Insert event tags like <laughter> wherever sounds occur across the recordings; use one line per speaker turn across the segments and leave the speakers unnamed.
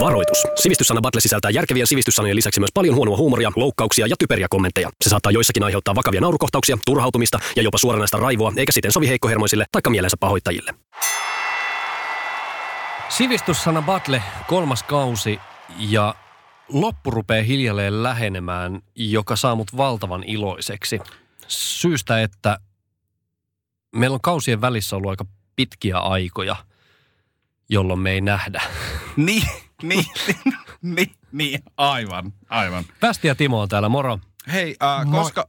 Varoitus. Sivistyssana Battle sisältää järkevien sivistyssanojen lisäksi myös paljon huonoa huumoria, loukkauksia ja typeriä kommentteja. Se saattaa joissakin aiheuttaa vakavia naurukohtauksia, turhautumista ja jopa suoranaista raivoa, eikä siten sovi heikkohermoisille tai mielensä pahoittajille.
Sivistyssana Battle, kolmas kausi ja loppu rupeaa hiljalleen lähenemään, joka saa mut valtavan iloiseksi. Syystä, että meillä on kausien välissä ollut aika pitkiä aikoja, jolloin me ei nähdä.
Niin, niin, niin, niin, aivan, aivan.
Västi ja Timo on täällä, moro.
Hei, äh,
Moi.
koska...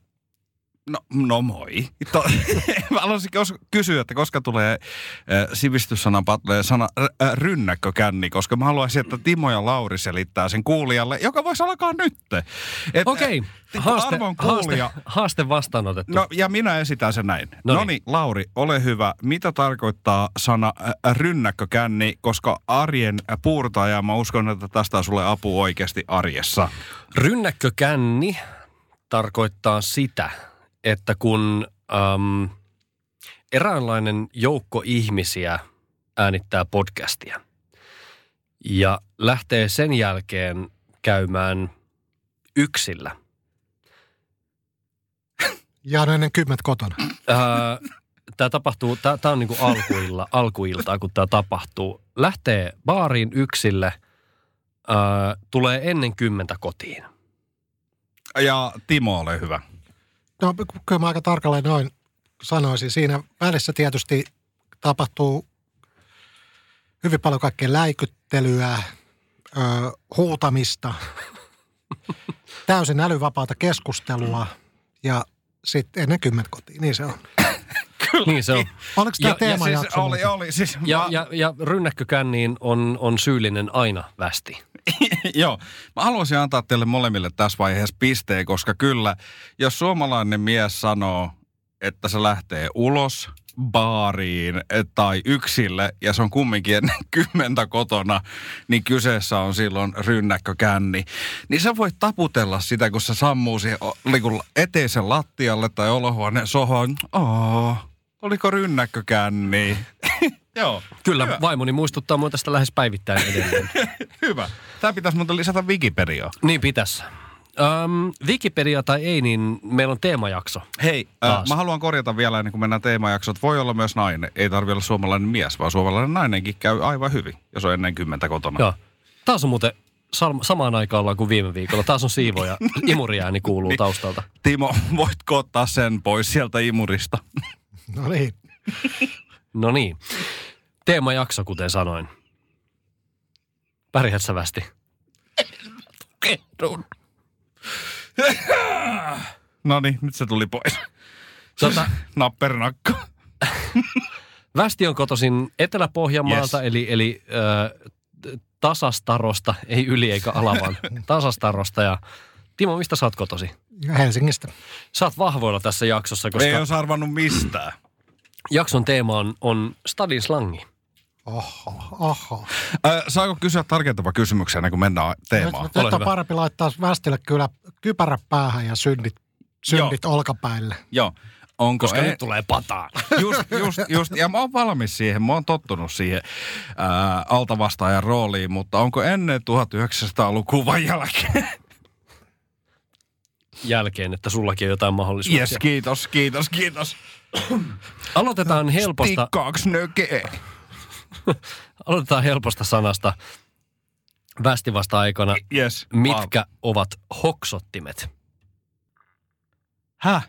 No, no moi. To, <laughs> mä haluaisin kos- kysyä, että koska tulee äh, sivistyssanan patlee sana r- äh, rynnäkkökänni, koska mä haluaisin, että Timo ja Lauri selittää sen kuulijalle, joka voisi alkaa nyt. Et,
Okei,
äh, Timo,
haaste,
arvon
haaste,
kuulija.
haaste vastaanotettu.
No ja minä esitän sen näin.
No
No niin, Lauri, ole hyvä. Mitä tarkoittaa sana äh, rynnäkkökänni, koska arjen äh, puurtaja, mä uskon, että tästä on sulle apu oikeasti arjessa.
Rynnäkkökänni tarkoittaa sitä, että kun äm, eräänlainen joukko ihmisiä äänittää podcastia ja lähtee sen jälkeen käymään yksillä.
Ja ne ennen kymmet kotona.
Tämä Äh, tapahtuu, tämä on niinku alkuilla, alkuiltaa, kun tämä tapahtuu. Lähtee baariin yksille, ää, tulee ennen kymmentä kotiin.
Ja Timo, ole hyvä.
No kyllä mä aika tarkalleen noin sanoisin. Siinä välissä tietysti tapahtuu hyvin paljon kaikkea läikyttelyä, ö, huutamista, <laughs> täysin älyvapaata keskustelua ja sitten ennen kymmentä kotiin. Niin se on.
Niin se on.
Oliko
Ja-
tämä
ja
teema
siis oli, oli, siis
Ja,
mä,
ja, ja rynnäkkökänniin on, on syyllinen aina västi.
<laughs> Joo. Mä haluaisin antaa teille molemmille tässä vaiheessa pisteen, koska kyllä, jos suomalainen mies sanoo, että se lähtee ulos baariin eh, tai yksille, ja se on kumminkin ennen <laughs> kymmentä kotona, niin kyseessä on silloin rynnäkkökänni. Niin sä voit taputella sitä, kun se sammuu siihen o- niinku eteisen lattialle tai olohuoneen sohon. Oo, oliko rynnäkkökänni? <laughs> Joo.
Kyllä,
Hyvä.
Hyvä. vaimoni muistuttaa mua tästä lähes päivittäin edelleen.
Hyvä. Tämä pitäisi muuten lisätä Wikipediaan.
niin pitäisi. Öm, Wikipedia tai ei, niin meillä on teemajakso.
Hei, äh,
Taas.
mä haluan korjata vielä ennen kuin mennään teemajaksoon, että voi olla myös nainen. Ei tarvi olla suomalainen mies, vaan suomalainen nainenkin käy aivan hyvin, jos on ennen kymmentä kotona.
Joo. Taas on muuten sal- samaan aikaan ollaan kuin viime viikolla. Taas on
<laughs>
siivoja. Imuriääni
Niin.
kuuluu taustalta.
Timo, voitko ottaa sen pois sieltä imurista? <laughs>
No niin.
No niin. Teemajakso, kuten sanoin. Pärjät sä västi.
No niin, nyt se tuli pois. <laughs>
Tota,
Nappernakka.
Västi on kotoisin Etelä-Pohjanmaalta, yes. eli, eli ö, t- tasastarosta, ei yli eikä ala, vaan tasastarosta. Ja Timo, mistä sä oot kotosi?
Ja Helsingistä.
Sä oot vahvoilla tässä jaksossa,
Koska... Ei
koska
olisi arvannut mistään.
jakson teema on, on stadin slangi.
Oho, oho.
Äh, saako kysyä tarkentava kysymyksen ennen kuin mennään teemaan?
Nyt, nyt on
hyvä.
parempi laittaa västille kyllä kypärä päähän ja synnit, synnit olkapäille.
Joo. Onko e-
Koska nyt tulee pataa.
Just, just, just. Ja mä oon valmis siihen. Mä oon tottunut siihen ää, altavastaajan rooliin, mutta onko ennen 1900-lukua vai jälkeen?
Jälkeen, että sullakin on jotain mahdollisuuksia.
Jes, kiitos, kiitos, kiitos.
Aloitetaan helposta.
Tikkauks nökee?
Aloitetaan helposta sanasta. Västi vasta aikana.
Jes.
Mitkä ovat hoksottimet?
Häh?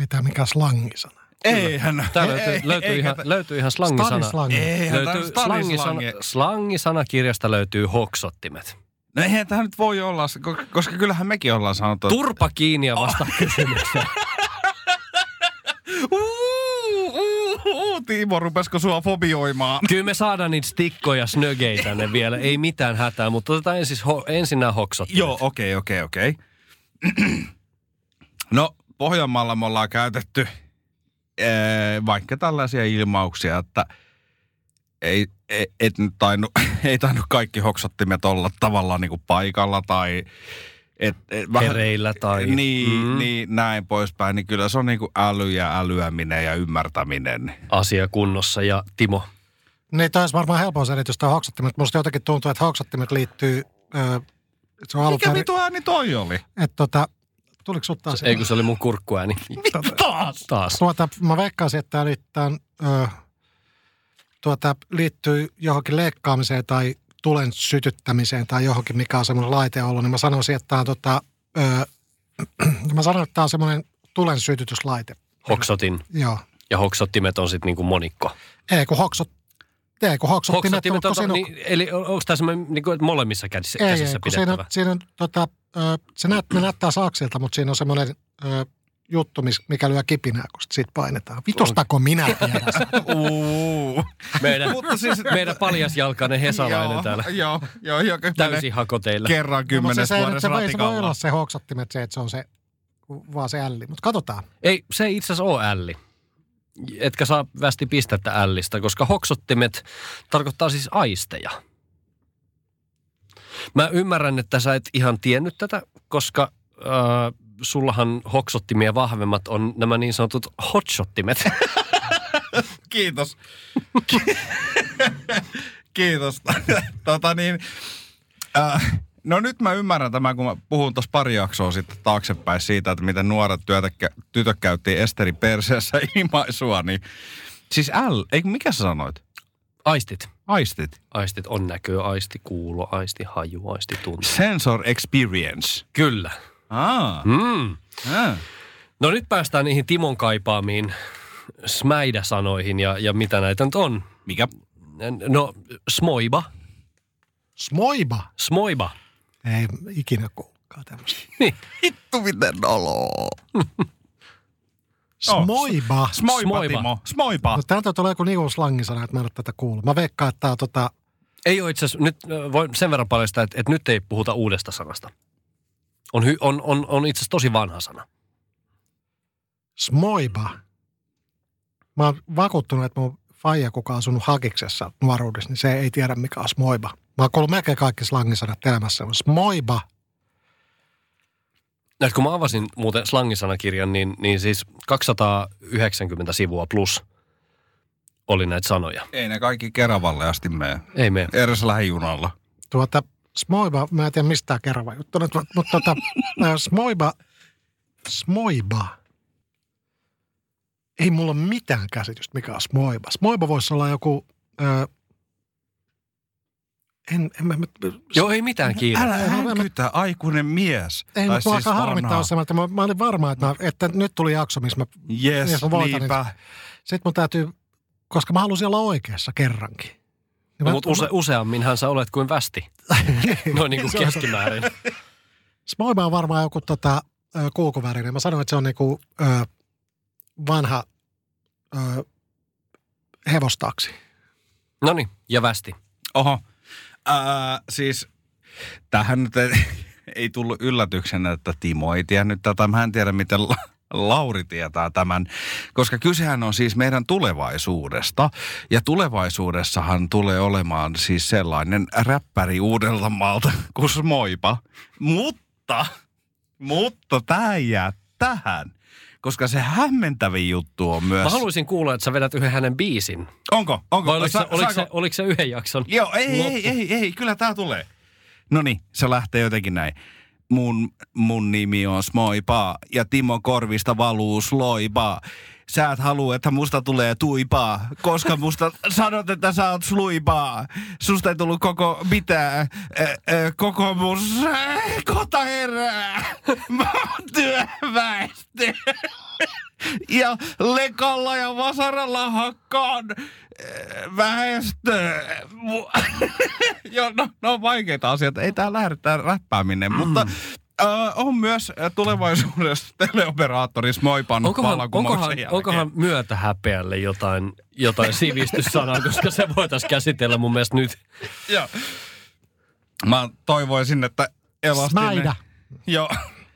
Ei tämä mikään slangisana.
Eihän.
Tää löytyy, löytyy, ihan, löytyy ihan slangisana.
Stadislangi.
Eihän
löytyy
tämä
slangisana,
slangi.
slangisanakirjasta löytyy hoksottimet.
No eihän tämä nyt voi olla, ko- koska kyllähän mekin ollaan sanottu. että-
Turpa kiinni ja
Oh.
vastaa kysymykseen.
Uu, uu, uu, Timo, rupesko sua fobioimaan?
Kyllä me saadaan niitä stikkoja snögei tänne vielä, ei mitään hätää, mutta otetaan ensin, ho, ensin nämä hoksottimet.
Joo, okei, okei, okei. <clears throat> No, Pohjanmaalla me ollaan käytetty ee, vaikka tällaisia ilmauksia, että ei, e- et nyt tainu, ei tainnut <laughs> kaikki hoksottimet olla tavallaan niinku paikalla tai... Et, et,
Hereillä tai-
Niin,
Mm.
mm. niin, näin poispäin. Niin kyllä se on niinku äly ja älyäminen ja ymmärtäminen.
Asia kunnossa ja Timo,
Niin, tämä olisi varmaan helpoin selitys tämä hauksattimet. Musta jotenkin tuntuu, että hauksattimet liittyy... Öö, se on alun
Mikä
perin,
vitu ääni toi oli?
että tota, tuliko sut taas?
Ei kun se oli mun kurkkuääni.
Taas!
Taas.
Tuota, mä veikkaisin, että tämä liittyy, öö, tuota, liittyy johonkin leikkaamiseen tai tulen sytyttämiseen tai johonkin, mikä on semmoinen laite ollut, niin mä sanoisin, että tämä on, tota, öö, <clears throat> mä sanoin, että tämä on semmoinen tulen sytytyslaite.
Hoksotin.
Joo.
Ja hoksottimet on sitten niinku monikko.
Ei kun hoksot, ei kun hoksottimet,
Hoksottimet
mutta
on,
kun siinä on,
niin, eli on- onko tämä semmoinen niinku, että molemmissa käsissä,
ei, ei,
käsissä
kun siinä on,
pidettävä?
siinä on tota, öö, se näyt, ne näyttää saksilta, mutta siinä on semmoinen öö, juttu, mis- mikä lyö kipinää, kun sit siitä painetaan. Vitustako minä tiedän sen?
<laughs>
siis
Uu.
<laughs>
Meidän,
Mutta siis...
meidän paljasjalkainen
Joo,
hesalainen täällä.
Joo, joo, joo. menee
Täysin hako teillä.
Kerran
No, mutta
kymmenes
se, ei nyt-
vuodessa
se, ei se voi
ratikalla.
olla se hoksottimet se, että se on se, vaan se älli. Mutta katsotaan.
Ei, se ei itse asiassa ole älli. Etkä saa västi pistettä ällistä, koska hoksottimet tarkoittaa siis aisteja. Mä ymmärrän, että sä et ihan tiennyt tätä, koska äh, sullahan hoksottimia vahvemmat on nämä niin sanotut hotshottimet. <laughs>
Kiitos. <laughs> Kiitos. <laughs> tota niin, äh, no nyt mä ymmärrän tämän, kun mä puhun tuossa pari jaksoa sitten taaksepäin siitä, että miten nuoret työtä, tytöt käytti Esteri perseessä <laughs> ilmaisua, niin siis L, ei, mikä sä sanoit?
Aistit.
Aistit.
Aistit on näkö, aisti, kuulo, aisti, haju, aisti, tunne.
Sensor experience.
Kyllä.
Ah,
Mm.
ah.
No nyt päästään niihin Timon kaipaamiin smäidäsanoihin ja, ja mitä näitä nyt on.
Mikä?
No, smoiba.
Smoiba.
Smoiba. Niin.
Ei ikinä kuulkaa tämmöistä.
Vittu miten noloo. Joo.
Smoiba.
Smoipa,
Smoipa.
Timo. Smoipa.
No, täältä tulee joku niinku slangisana, että mä en ole tätä kuullut. Mä veikkaan, että tää on tota,
Ei ole itse asiassa, nyt ö, voin sen verran paljastaa, että, että nyt ei puhuta uudesta sanasta. On, hy, on, on, on itse asiassa tosi vanha sana.
smoiba. Mä oon vakuuttunut, että mun faija, kuka on asunut hakiksessa nuoruudessa, niin se ei tiedä, mikä on smoiba. Mä oon kuullut melkein kaikki slangisanat elämässä. Smoiba.
Näet, kun mä avasin muuten slangisanakirjan, niin, niin siis 290 sivua plus oli näitä sanoja.
Ei ne kaikki Keravalle asti mene.
Ei me.
Eräs lähijunalla.
Tuota, smoiba, mä en tiedä mistään kerran juttu, nyt, mutta, mutta <laughs> tota, ää, smoiba, smoiba. Ei mulla ole mitään käsitystä, mikä on smoiba. Smoiba voisi olla joku, ö, en, en mä, mä,
Joo, ei mitään kiire.
Älä
Älä-
hänkytä, aikuinen mies.
ei,
tai
mutta siis
siis
aika harmittaa
vanha.
jos se, että mä, mä olin varma, että, mä, että nyt tuli jakso, missä mä,
Jes,
Jos mä voitan,
niinpä.
sit mun täytyy, koska mä halusin olla oikeassa kerrankin. Niin
No,
mä- No,
mutta
<laughs>
use, useamminhan sä olet kuin
<laughs>
västi. Noin niin kuin keskimäärin.
Smoima on varmaan joku tota, ö, kulkuvärinen. Mä sanoin, että se on niinku ö, vanha ö, hevostaksi.
No niin, ja västi.
Oho. Ää, siis tähän nyt ei, <laughs> ei tullut yllätyksenä, että Timo ei tiennyt tätä. Mä en tiedä, miten La- Lauri tietää tämän, koska kysehän on siis meidän tulevaisuudesta. Ja tulevaisuudessahan tulee olemaan siis sellainen räppäri Uudeltamaalta <laughs> kuin Smoipa. Mutta, mutta tämä ei jää tähän, koska se hämmentävin juttu on myös...
Mä haluaisin kuulla, että sä vedät yhden hänen biisin.
Onko? Onko?
Vai oliko,
Sa-
se, oliko, se,
saako-
oliko se yhden jakson?
Joo, ei,
loppu?
ei, ei, ei, kyllä tää tulee. No niin, se lähtee jotenkin näin. Mun, mun nimi on Smoipa ja Timo Korvista valuu Sloipa. Sä et halua, että musta tulee tuipaa, koska musta <laughs> sanot, että sä oot sluipaa. Susta ei tullut koko mitään, ö, ö, koko mun s- kota herää. <laughs> Mä oon työväestö. Ja lekalla ja vasaralla hakkaan äh, väestö. Mu- Joo, no, no on vaikeita asioita. Ei tää lähde tää
Mm.
räppääminen, mutta äh, on myös äh, tulevaisuudessa teleoperaattori Smoipan
Onkohan,
vallankumouksen
onkohan,
jälkeen.
onkohan myötähäpeälle jotain, jotain sivistyssanaa, koska se voitaisiin käsitellä mun mielestä nyt.
Joo. Mä toivoisin, että elastinen...
Smäidä.
Joo.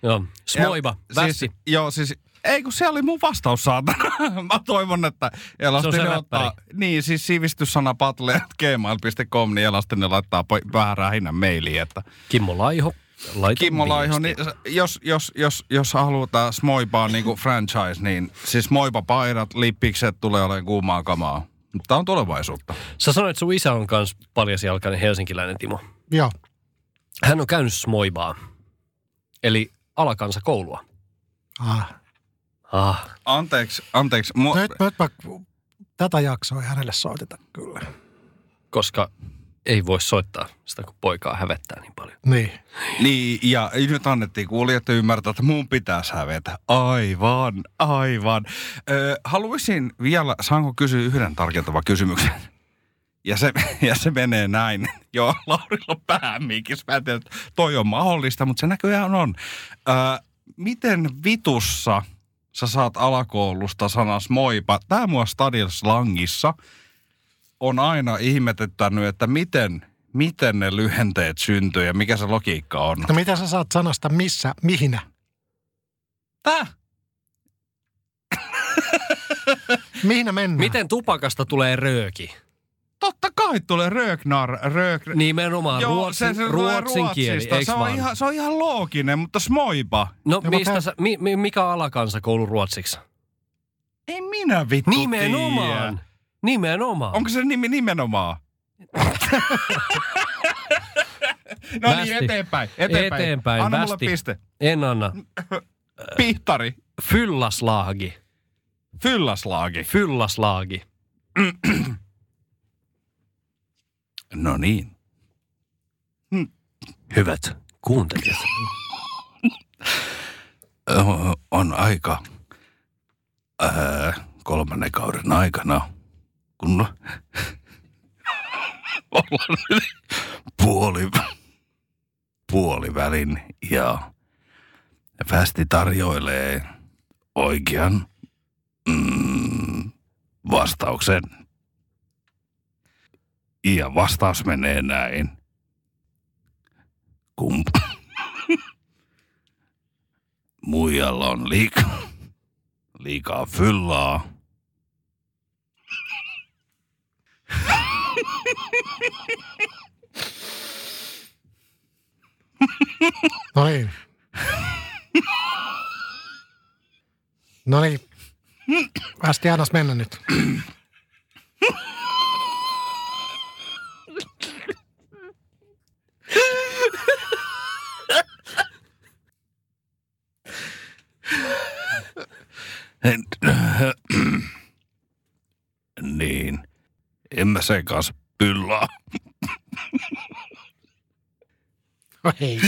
Joo. Smoiba,
Ja-
västi.
Siis, joo, siis... Ei kun se oli mun vastaus saatana. <laughs> Mä toivon, että
Se on
Elastinen
se
ottaa...
räppäri.
Niin, siis sivistyssana <laughs> gmail.com, niin Elastinen laittaa po- vähän rähinän meiliin, että...
Kimmo Laiho. Laita
Kimmo Laiho, niin
viesti.
jos, jos, jos, jos halutaan niinku Smoipaa niin kuin franchise, niin siis Smoipa paidat, lippikset tulee olemaan kuumaa kamaa. Tämä on tulevaisuutta.
Sä sanoit, että sun isä on myös paljasjalkainen helsinkiläinen Timo.
Joo,
Hän on käynyt Smoibaa, eli alakansakoulua.
ah.
Ah,
Anteeksi, anteeksi. Mua,
nyt, nyt mä tätä jaksoa ei hänelle soiteta kyllä.
koska ei voi soittaa sitä, kun poikaa hävettää niin paljon.
Niin.
Niin, ja nyt annettiin kuulijat ymmärtää, että mun pitäisi hävetä. Aivan, aivan. Ö, haluaisin vielä, saanko kysyä yhden tarkentavan kysymyksen? Ja se, ja se menee näin. <laughs> Joo, Laurilla on päämiikis. Mä en tiedä, että toi on mahdollista, mutta se näköjään on. Ö, miten vitussa sä saat alakoulusta sanas moipa? Tämä mua stadil slangissa on aina ihmetettänyt, että miten, miten ne lyhenteet syntyy ja mikä se logiikka on.
No mitä sä saat sanasta missä, mihinä?
Tää?
Mihinä mennään?
Miten tupakasta tulee rööki?
Totta kai tulee Röknar. Rök...
Nimenomaan Joo, Niin, ruotsin,
tulee
ruotsin kieli,
Ruotsista.
eikö
se, on
vaan?
ihan, se on ihan looginen, mutta smoipa.
No
No,
mistä
mutta-
sä, mi, mi, mikä on alakansakoulu ruotsiksi?
Ei minä vittu
Nimenomaan.
tiedä.
Nimenomaan.
Onko se
<laughs>
nimi nimenomaan? no
Västi.
niin, eteenpäin. Eteenpäin.
Eteenpäin,
Anna
västi.
mulle piste.
En anna.
Pihtari.
Fyllaslaagi.
Fylläslaagi.
Fyllaslaagi.
No niin. Hm.
Hyvät kuuntelijat.
Ö, on aika öö, kolmannen kauden aikana, kun no, <laughs> ollaan nyt puoli, puolivälin ja Fästi tarjoilee oikean mm, vastauksen. Ja vastaus menee näin. Kump muijalla on liikaa, liikaa fyllaa.
No niin. No niin. Västi annas mennä nyt.
niin, en mä sen kanssa pyllaa.
No ei.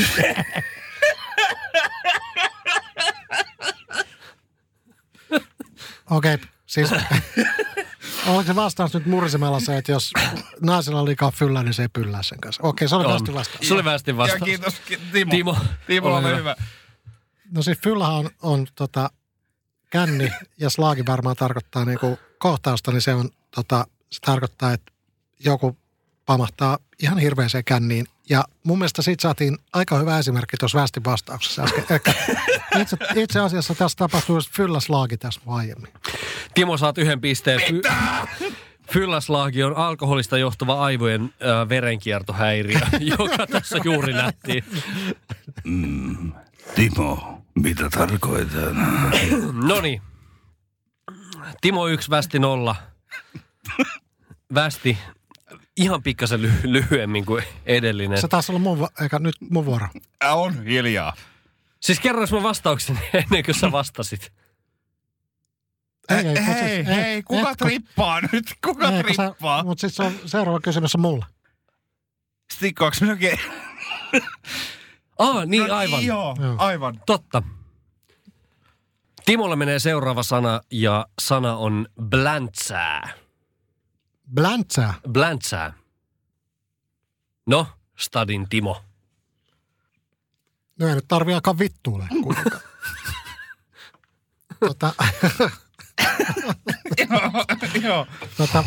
Okei, siis oliko se vastaus nyt mursemalla se, että jos naisella on liikaa fyllää, niin se ei pyllää sen kanssa. Okei, se oli Västin vastaus.
Se oli västin vastaus.
ki- Timo.
Timo, ole hyvä.
No siis fyllähän on, on tota, känni ja slaagi varmaan tarkoittaa niinku kohtausta, niin se, on, tota, se tarkoittaa, että joku pamahtaa ihan hirveäseen känniin. Ja mun mielestä siitä saatiin aika hyvä esimerkki tuossa västin vastauksessa äsken. Elikkä itse, itse asiassa tässä tapahtui fylläslaagi tässä aiemmin.
Timo, saat yhden pisteen. Fy- Fylläslaagi on alkoholista johtuva aivojen äh, verenkiertohäiriö, <laughs> joka tässä juuri nähtiin.
Timo, mitä tarkoitan?
No niin. Timo 1, Västi 0. Västi ihan pikkasen ly- lyhyemmin kuin edellinen.
Se taas ollut mun, vu- eikä nyt mun vuoro.
Ä, on hiljaa.
Siis kerrois mä vastauksen <laughs> ennen kuin sä vastasit.
Hei,
kun siis-
hei, hei, kuka
kun-
trippaa nyt? Kuka
ei, kun sä-
trippaa?
Mut sit se on seuraava kysymys on mulle.
Stikkaaks minä ke-
Aa, niin aivan.
No Joo,
Joo.
aivan.
Totta. Timolle menee seuraava sana ja sana on bläntsää.
Bläntsää.
Bläntsää. No, Stadin Timo.
No ei nyt tarvii alkaa vittuulle kuitenkaan. tota,
Joo.
tota,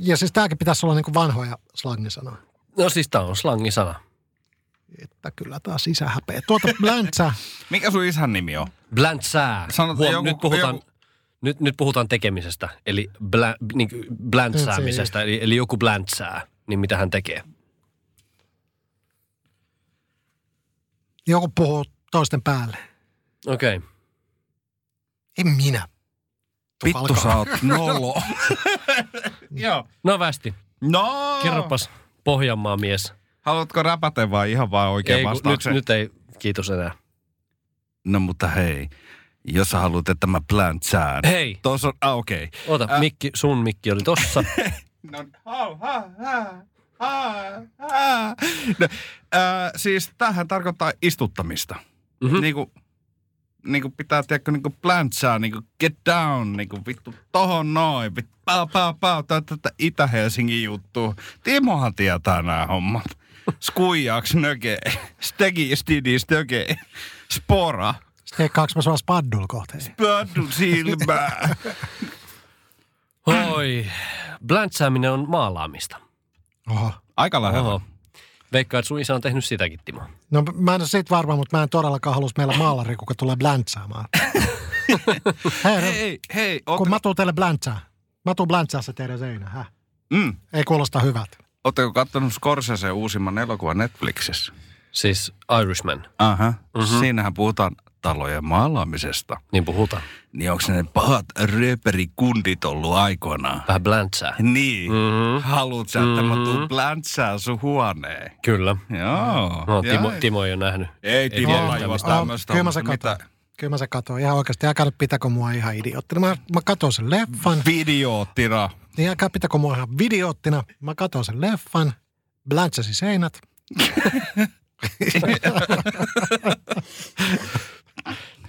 ja siis tämäkin pitäisi olla niinku vanhoja slangisanoja.
No siis tää on slangisana.
Että kyllä taas isä häpeä. Tuota bläntsä,
Mikä sun isän nimi on?
Bläntsää.
Sanot-
Huom,
joku-
nyt, puhutaan,
joku-
nyt, nyt puhutaan tekemisestä, eli blä, niin bläntsäämisestä, eli, eli joku bläntsää, niin mitä hän tekee.
joku puhuu toisten päälle.
Okei. Okay.
En minä.
Vittu sä oot nolo. Joo.
No västi,
No!
kerropas Pohjanmaan mies.
Haluatko räpäten vai ihan vaan oikein
Ei, kun nyt,
vastauksen?
nyt ei, kiitos enää.
No mutta hei, jos sä haluat, että mä plant sään.
Hei,
Tuossa on, ah, okei. Okay.
ota,
Ä-
mikki, sun mikki oli
<laughs>
tossa.
No, hau, ha, ha, ha, ha. No, ää, siis tämähän tarkoittaa istuttamista.
Mhm.
Mm-hmm. Niin kuin, niin kuin pitää, tiedätkö, niin kuin plantsaa, niin kuin get down, niin kuin vittu tohon noin, vittu pää, pää, pää, tää on tätä Itä-Helsingin juttua. Timohan tietää nämä hommat. Skuijaaks nöke, stegi stidi stöke, spora,
Steikkaanko mä sua spaddul kohteen?
pöddu silmää.
Oi, bläntsääminen on maalaamista.
Oho.
Aika lähellä.
Oho. Veikkaa, että sun isä on tehnyt sitäkin, Timo.
No mä en ole siitä varma, mutta mä en todellakaan halus meillä maalari, kuka tulee bläntsaamaan. Hei,
Hei,
hei,
hei, hei.
kun
Ootteko,
mä tuun teille bläntsää. Mä tuun bläntsää se teidän seinä. Häh?
mm,
Ei kuulosta hyvältä.
ootteko kattonut Scorseseen uusimman elokuvan Netflixissä?
Siis Irishman,
Aha. Mm-hmm. Siinähän puhutaan talojen maalaamisesta.
niin puhutaan.
Niin onko ne pahat rööperikundit ollut aikoinaan?
Vähän bläntsää.
Niin.
Mhm.
Mm-hmm. Haluut sä, että
Mhm.
mä tuun pläntsää sun huoneen?
Kyllä.
Joo.
No,
Ja-
Timo, Timo ei ole nähnyt.
Ei
tiedä
Timo
yhtään
laiva
mistään.
tämmöistä.
kyllä mä se katsoin. Kyllä mä se katsoin. Ihan oikeasti. Älkää nyt pitäkö mua ihan idioottina. Mä, mä katsoin sen leffan.
Videoottina.
Niin älkää pitäkö mua ihan videoottina. Mä katsoin sen leffan. Bläntsasi seinät.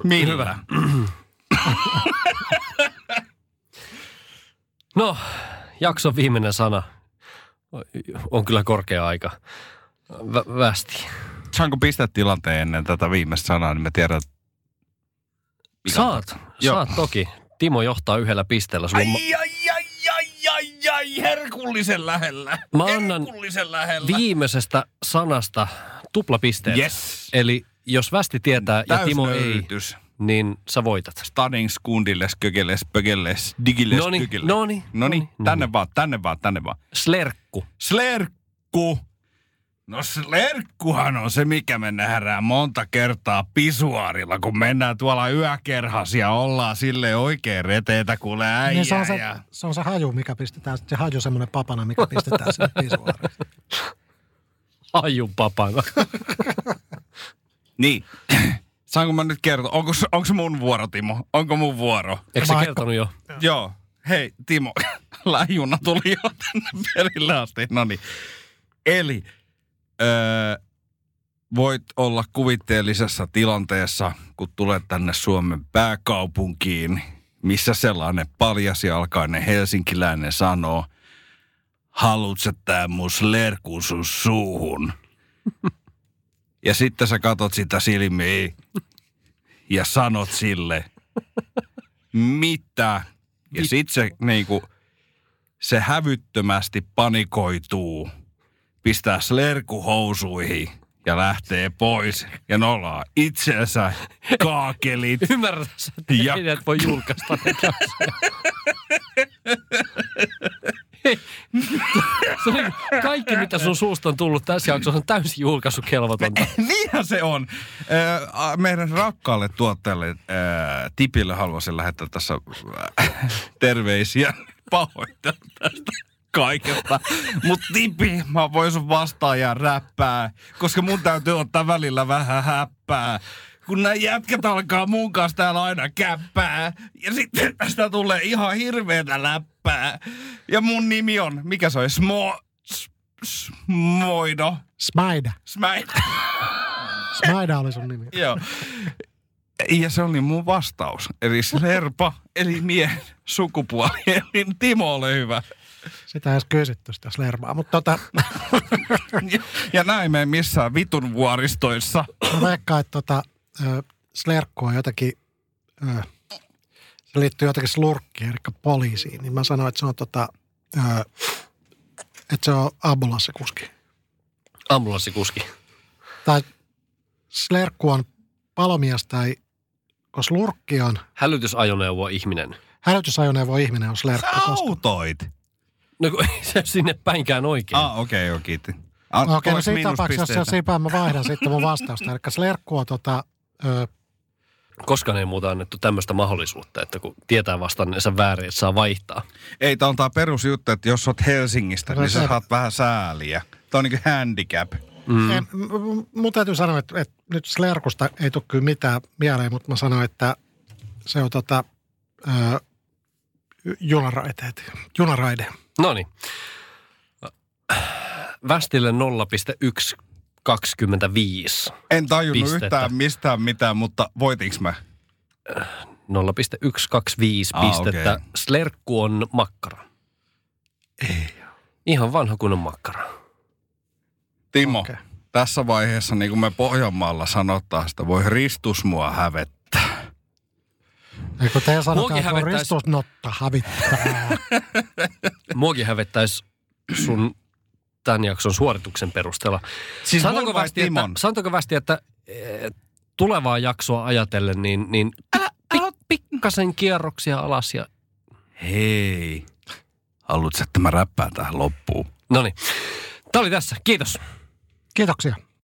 Niin.
Millä? Hyvä.
<laughs> No, jakson viimeinen sana on kyllä korkea aika. Vä- västi.
Saanko pistää tilanteen ennen tätä viimeistä sanaa, niin me tiedän, että... mikä on
Saat,
Joo.
saat toki. Timo johtaa yhdellä pisteellä. Sulla on ma-
ai, ai, ai, ai, ai, herkullisen lähellä.
Mä annan
herkullisen lähellä.
viimeisestä sanasta tuplapisteet.
Yes.
Eli jos Västi tietää ja Timo ei,
Täysnöyrytys.
niin sä voitat.
Stadings, kundiles, kökeles, pökeles, digiles,
Noniin,
kykiles.
noniin,
Noniin,
noniin.
tänne vaan, tänne vaan, tänne vaan.
Slerkku.
Slerkku. No slerkkuhan on se, mikä me nähdään monta kertaa pisuarilla, kun mennään tuolla yökerhas ja ollaan sille oikein reteitä, kuule äijää.
niin se, on se,
ja...
se on se haju, mikä pistetään. Se haju semmoinen papana, mikä pistetään sinne pisuaariin.
Ajun papana.
Niin. <clears throat> Saanko mä nyt kertoa? Onko, se- onko se mun vuoro, Timo? Onko mun vuoro?
Eikö se
Mä-
kertonut jo?
Joo. Hei, Timo, <laughs> lähijuna tuli jo tänne perille asti. No niin. Eli öö, voit olla kuvitteellisessa tilanteessa, kun tulet tänne Suomen pääkaupunkiin, missä sellainen paljasjalkainen helsinkiläinen sanoo, haluut sä tää mun slerkun sun suuhun? Ja sitten sä katot sitä silmiin ja sanot sille, mitä? Ja sit se niinku, se hävyttömästi panikoituu, pistää slerku housuihin ja lähtee pois ja nolaa itsensä kaakelit.
Ymmärrät sä, että
Ja-
ei näitä voi julkaista näitä <laughs> asioita. Hei, se oli kaikki, mitä sun suusta on tullut tässä jaksossa, on täysin julkaisukelvotonta.
<laughs> Niinhän se on. Ö, a- Meidän rakkaalle tuottajalle ö, Tipille haluaisin lähettää tässä ö, <laughs> terveisiä. Pahoittelen tästä kaikesta. Mutta Tipi, mä voin sun vastaajaa räppää, koska mun täytyy ottaa välillä vähän häppää. Kun nämä jätkät alkaa mun kanssa täällä aina käppää. Ja sitten tästä tulee ihan hirveetä läppää. Ja mun nimi on, mikä se on, Smo... S- Smoido.
Smaida.
Smäitä.
Smaida oli sun nimi.
Joo. Ja se oli mun vastaus. Eli Slerpa, eli miehen sukupuoli. Eli Timo, ole hyvä.
Sitä ei edes kysytty sitä slervaa. Mutta tota,
Ja- Ja näin me ei missään vitun vuoristoissa.
mä veikkaan, että tota, ö, slerkku on jotenkin, ö, se liittyy jotenkin slurkkiin, eli poliisiin. Niin mä sanoin, että se on, tota, ö, että se on ambulanssikuski.
Ambulanssikuski.
Tai slerkku on palomies tai kun slurkki on,
Hälytysajoneuvo ihminen.
hälytysajoneuvo ihminen on slerkku. koska-
autoit.
No kun ei se sinne päinkään oikein.
Ah, okei, Ah, okay, okei. Okay.
No Okei, no siinä tapauksessa, jos se ei pää, mä vaihdan sitten mun vastausta. Eli slerkku on tota, ö,
Koskaan ei muuta annettu tämmöistä mahdollisuutta, että kun tietää vastanneensa väärin, että saa vaihtaa.
Ei, tämä on tämä perusjuttu, että jos oot Helsingistä,
No
niin sä
se-
saat vähän sääliä. Tämä on niin handicap.
Mm.
En, m- m- mun täytyy sanoa, että, että nyt Slerkusta ei tule kyllä mitään mieleen, mutta mä sanoin, että se on tota, ö, junaraiteet, junaraide.
No niin. Västille 0,125.
En tajunnut
Pistettä.
yhtään mistään mitään, mutta voitinks mä?
0,125
Ah,
pistettä.
okei.
Slerkku on makkara. Ei. Ihan vanha kunnon makkara.
Timo,
Okei.
tässä vaiheessa, niin kuin me Pohjanmaalla sanotaan sitä, voi ristus mua hävettää.
Ja kun te sanotaan, että on
hävettäis-
ristusnotta havittaa.
Muokin hävettäisi sun tämän jakson suorituksen perusteella.
Siis
sanotaanko,
mun vai
västi, että,
Timon?
sanotaanko västi, että eh, tulevaa jaksoa ajatellen, niin, niin älä, älä pikkasen kierroksia alas ja
Hei, haluatko, että mä räppään tähän loppuun?
No niin. Tämä oli tässä. Kiitos.
Kiitoksia.